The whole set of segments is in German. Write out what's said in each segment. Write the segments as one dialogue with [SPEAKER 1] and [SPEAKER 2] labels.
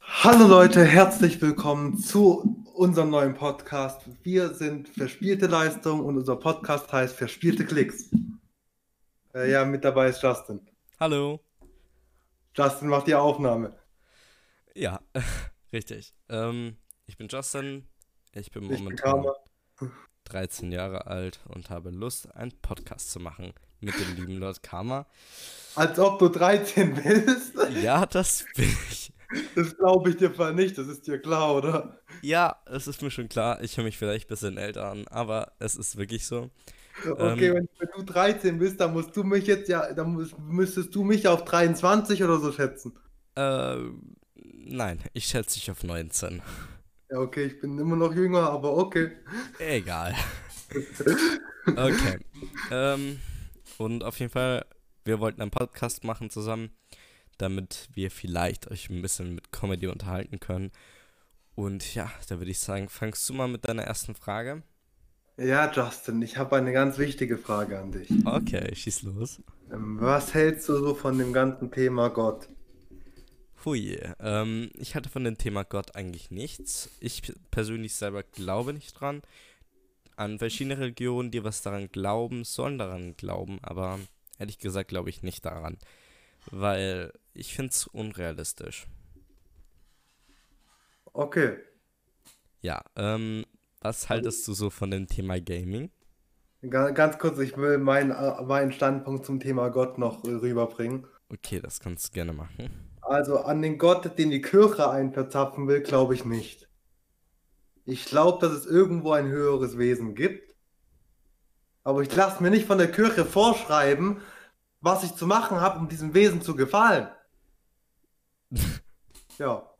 [SPEAKER 1] Hallo Leute, herzlich willkommen zu unserem neuen Podcast. Wir sind Verspielte Leistung und unser Podcast heißt Verspielte Klicks. Äh, ja, mit dabei ist Justin.
[SPEAKER 2] Hallo.
[SPEAKER 1] Justin macht die Aufnahme.
[SPEAKER 2] Ja, richtig. Ähm, ich bin Justin. Ich bin
[SPEAKER 1] Ich bin
[SPEAKER 2] momentan
[SPEAKER 1] Karma.
[SPEAKER 2] 13 Jahre alt und habe Lust, einen Podcast zu machen mit dem lieben Lord Karma.
[SPEAKER 1] Als ob du 13 bist,
[SPEAKER 2] Ja, das bin ich.
[SPEAKER 1] das glaube ich dir zwar nicht, das ist dir klar, oder?
[SPEAKER 2] Ja, es ist mir schon klar, ich höre mich vielleicht ein bisschen älter an, aber es ist wirklich so.
[SPEAKER 1] Okay,
[SPEAKER 2] Ähm.
[SPEAKER 1] wenn, wenn du 13 bist, dann musst du mich jetzt ja, dann muss- müsstest du mich auf 23 oder so schätzen.
[SPEAKER 2] Äh, nein, ich schätze dich auf 19.
[SPEAKER 1] Ja, okay, ich bin immer noch jünger, aber okay.
[SPEAKER 2] Egal. Okay. ähm, und auf jeden Fall, wir wollten einen Podcast machen zusammen, damit wir vielleicht euch ein bisschen mit Comedy unterhalten können. Und ja, da würde ich sagen, fangst du mal mit deiner ersten Frage.
[SPEAKER 1] Ja, Justin, ich habe eine ganz wichtige Frage an dich.
[SPEAKER 2] Okay, schieß los.
[SPEAKER 1] Ähm, Was hältst du so von dem ganzen Thema Gott?
[SPEAKER 2] Hui, ähm, ich hatte von dem Thema Gott eigentlich nichts. Ich p- persönlich selber glaube nicht dran. An verschiedene Religionen, die was daran glauben, sollen daran glauben, aber ehrlich gesagt glaube ich nicht daran. Weil ich finde es unrealistisch.
[SPEAKER 1] Okay.
[SPEAKER 2] Ja, ähm, was haltest du so von dem Thema Gaming?
[SPEAKER 1] Ga- Ganz kurz, ich will meinen, äh, meinen Standpunkt zum Thema Gott noch äh, rüberbringen.
[SPEAKER 2] Okay, das kannst du gerne machen.
[SPEAKER 1] Also an den Gott, den die Kirche einen verzapfen will, glaube ich nicht. Ich glaube, dass es irgendwo ein höheres Wesen gibt. Aber ich lasse mir nicht von der Kirche vorschreiben, was ich zu machen habe, um diesem Wesen zu gefallen. ja.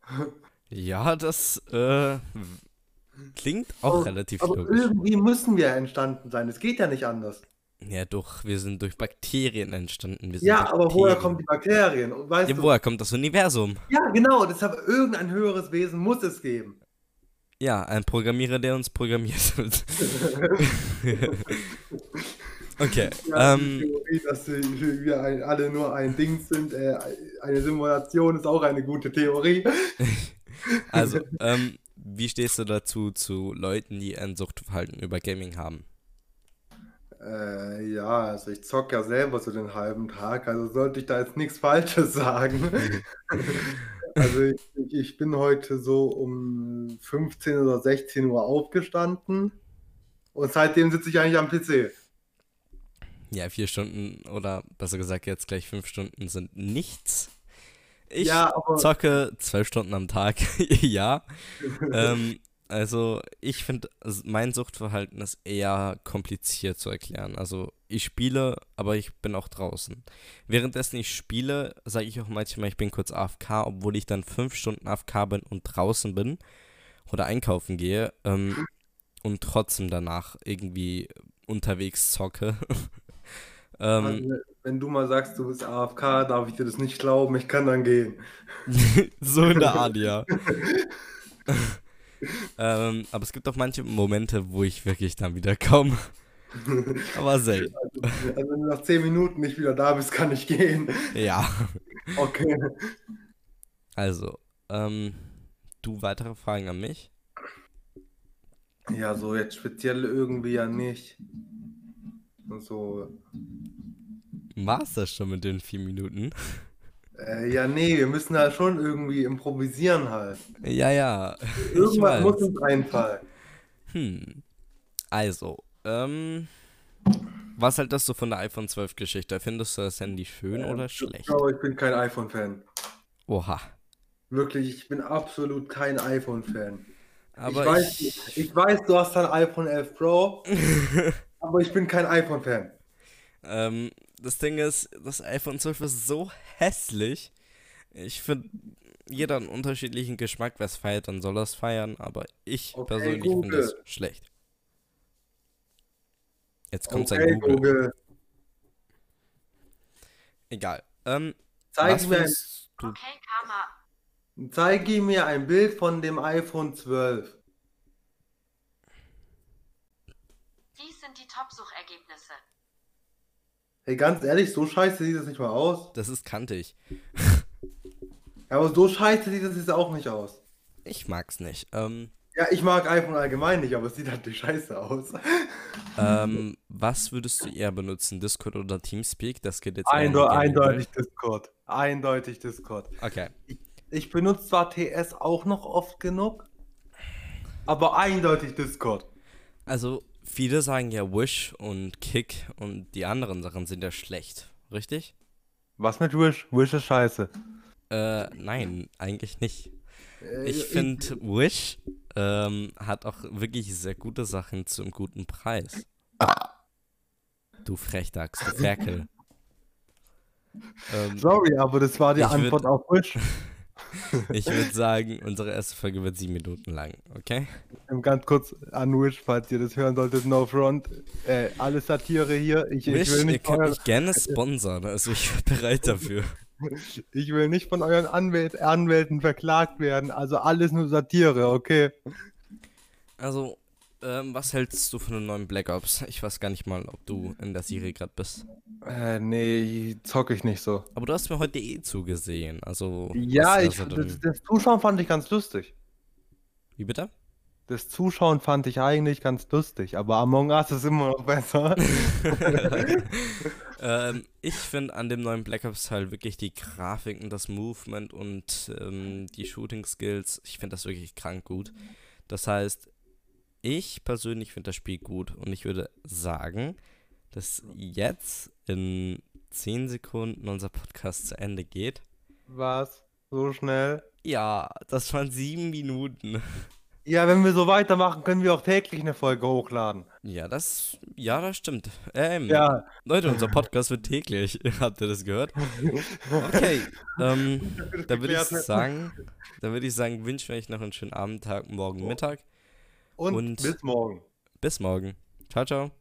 [SPEAKER 2] Ja, das äh, w- klingt auch relativ
[SPEAKER 1] Aber
[SPEAKER 2] logisch.
[SPEAKER 1] irgendwie müssen wir entstanden sein. Es geht ja nicht anders.
[SPEAKER 2] Ja, doch, wir sind durch Bakterien entstanden. Wir sind
[SPEAKER 1] Ja, aber woher
[SPEAKER 2] Bakterien.
[SPEAKER 1] kommen die Bakterien? Und weißt
[SPEAKER 2] Ja,
[SPEAKER 1] du,
[SPEAKER 2] woher kommt das Universum?
[SPEAKER 1] Ja, genau, deshalb irgendein höheres Wesen muss es geben.
[SPEAKER 2] Ja, ein Programmierer, der uns programmiert hat. okay,
[SPEAKER 1] Ja, die
[SPEAKER 2] ähm,
[SPEAKER 1] Theorie, dass wir wir ein, alle nur ein Ding sind, äh, eine Simulation ist auch eine gute Theorie.
[SPEAKER 2] also, ähm, wie stehst du dazu zu Leuten, die ein Suchtverhalten über Gaming haben?
[SPEAKER 1] Äh, ja, also ich zock ja selber so den halben Tag, also sollte ich da jetzt nichts Falsches sagen. Also ich, ich- ich bin heute so um 15 oder 16 Uhr aufgestanden und seitdem sitze ich eigentlich am PC.
[SPEAKER 2] Ja, vier Stunden oder besser gesagt jetzt gleich fünf Stunden sind nichts. Ich
[SPEAKER 1] ja, aber
[SPEAKER 2] zocke zwölf Stunden am Tag, ja. ähm, also ich finde, mein Suchtverhalten ist eher kompliziert zu erklären. Also ich spiele, aber ich bin auch draußen. Währenddessen ich spiele, sage ich auch manchmal, ich bin kurz AFK, obwohl ich dann fünf Stunden AFK bin und draußen bin oder einkaufen gehe ähm, und trotzdem danach irgendwie unterwegs zocke. ähm,
[SPEAKER 1] also, wenn du mal sagst, du bist AFK, darf ich dir das nicht glauben, ich kann dann gehen.
[SPEAKER 2] so in der Art, ja. ähm, aber es gibt auch manche Momente, wo ich wirklich dann wieder komme. aber selten.
[SPEAKER 1] Also wenn du nach 10 Minuten nicht wieder da bist, kann ich gehen.
[SPEAKER 2] Ja.
[SPEAKER 1] Okay.
[SPEAKER 2] Also, ähm, du weitere Fragen an mich?
[SPEAKER 1] Ja, so jetzt speziell irgendwie ja nicht. Und so.
[SPEAKER 2] War's das schon mit den vier Minuten?
[SPEAKER 1] Äh, ja, nee, wir müssen halt schon irgendwie improvisieren halt.
[SPEAKER 2] Ja, ja. Ich
[SPEAKER 1] Irgendwas muss
[SPEAKER 2] weiß.
[SPEAKER 1] uns einfallen.
[SPEAKER 2] Hm. Also, ähm, was haltest du von der iPhone 12 Geschichte? Findest du das Handy schön oder schlecht?
[SPEAKER 1] Aber Ähm, ich bin kein iPhone-Fan.
[SPEAKER 2] Oha.
[SPEAKER 1] Wirklich, ich bin absolut kein iPhone-Fan.
[SPEAKER 2] Aber
[SPEAKER 1] ich, weiß, ich, weiß, du hast ein iPhone 11 Pro, aber ich bin kein iPhone-Fan.
[SPEAKER 2] Ähm, das Ding ist, das iPhone 12 ist so hässlich. Ich finde, jeder hat einen unterschiedlichen Geschmack. Wer es feiert, dann soll er es feiern. Aber ich
[SPEAKER 1] Okay,
[SPEAKER 2] persönlich finde es
[SPEAKER 1] Google.
[SPEAKER 2] schlecht. Jetzt kommt
[SPEAKER 1] Okay,
[SPEAKER 2] sein Google.
[SPEAKER 1] Google.
[SPEAKER 2] Egal. Ähm,
[SPEAKER 1] Zeig
[SPEAKER 2] was
[SPEAKER 1] mir, ein-
[SPEAKER 2] findest du?
[SPEAKER 3] Okay, Karma.
[SPEAKER 1] zeige mir ein Bild von dem iPhone 12.
[SPEAKER 3] Dies sind die Top-Suchergebnisse.
[SPEAKER 1] Hey, ganz ehrlich, so scheiße sieht das nicht mal aus.
[SPEAKER 2] Das ist kantig.
[SPEAKER 1] Ja, aber so scheiße sieht es jetzt auch nicht aus.
[SPEAKER 2] Ich mag's nicht. Ähm,
[SPEAKER 1] Ja, ich mag iPhone allgemein nicht, aber es sieht halt nicht scheiße aus.
[SPEAKER 2] ähm, was würdest du eher benutzen? Discord oder Teamspeak? Das geht jetzt. eher in die
[SPEAKER 1] Eindeu
[SPEAKER 2] Gaming-Welt.
[SPEAKER 1] eindeutig Discord. Eindeutig Discord.
[SPEAKER 2] Okay.
[SPEAKER 1] Ich benutze zwar TS auch noch oft genug, aber eindeutig Discord.
[SPEAKER 2] Also, viele sagen ja Wish und Kick und die anderen Sachen sind ja schlecht. Richtig?
[SPEAKER 1] Was mit Wish? Wish ist scheiße.
[SPEAKER 2] Äh, nein, eigentlich nicht.
[SPEAKER 1] Äh,
[SPEAKER 2] Ich finde, Wish ähm, hat auch wirklich sehr gute Sachen zum guten Preis. Du Frechdachs, du Ferkel. ähm,
[SPEAKER 1] Sorry, aber das war die
[SPEAKER 2] Ich würd-
[SPEAKER 1] Antwort auf Wish.
[SPEAKER 2] ich würde sagen, unsere erste Folge wird sieben Minuten lang, okay?
[SPEAKER 1] Ähm, Ganz kurz an Wish, falls ihr das hören solltet, No Front. Äh, alle Satire hier. Ich, ich,
[SPEAKER 2] Wish,
[SPEAKER 1] will
[SPEAKER 2] ihr
[SPEAKER 1] nicht von
[SPEAKER 2] könnt
[SPEAKER 1] euren,
[SPEAKER 2] mich gerne sponsern, also ich bin bereit dafür.
[SPEAKER 1] ich will nicht von euren Anwält Anwälten verklagt werden. Also alles nur Satire, okay?
[SPEAKER 2] Also, ähm, was hältst du von den neuen Black Ops? Ich weiß gar nicht mal, ob du in der Serie gerade bist.
[SPEAKER 1] Äh, nee, zocke ich nicht so.
[SPEAKER 2] Aber du hast mir heute eh zugesehen, also.
[SPEAKER 1] Ja,
[SPEAKER 2] was
[SPEAKER 1] ich,
[SPEAKER 2] hast du
[SPEAKER 1] das,
[SPEAKER 2] denn-
[SPEAKER 1] das Zuschauen fand ich ganz lustig.
[SPEAKER 2] Wie bitte?
[SPEAKER 1] Das Zuschauen fand ich eigentlich ganz lustig, aber Among Us ist immer noch besser.
[SPEAKER 2] ähm, ich finde an dem neuen Black Ops Teil wirklich die Grafiken, das Movement und ähm, die Shooting Skills, ich finde das wirklich krank gut. Das heißt, ich persönlich finde das Spiel gut und ich würde sagen, dass jetzt in 10 Sekunden unser Podcast zu Ende geht.
[SPEAKER 1] Was? So schnell?
[SPEAKER 2] Ja, das waren sieben Minuten.
[SPEAKER 1] Ja, wenn wir so weitermachen, können wir auch täglich eine Folge hochladen.
[SPEAKER 2] Ja, das, ja, das stimmt. Ähm,
[SPEAKER 1] Ja,
[SPEAKER 2] Leute, unser Podcast wird täglich. Habt ihr das gehört? Okay, ähm, da würde ich
[SPEAKER 1] geklärt.
[SPEAKER 2] sagen, da würde ich sagen, wünsche euch noch einen schönen Abend, Tag, morgen, Mittag.
[SPEAKER 1] und,
[SPEAKER 2] Und-
[SPEAKER 1] bis morgen.
[SPEAKER 2] Bis morgen. Ciao, ciao.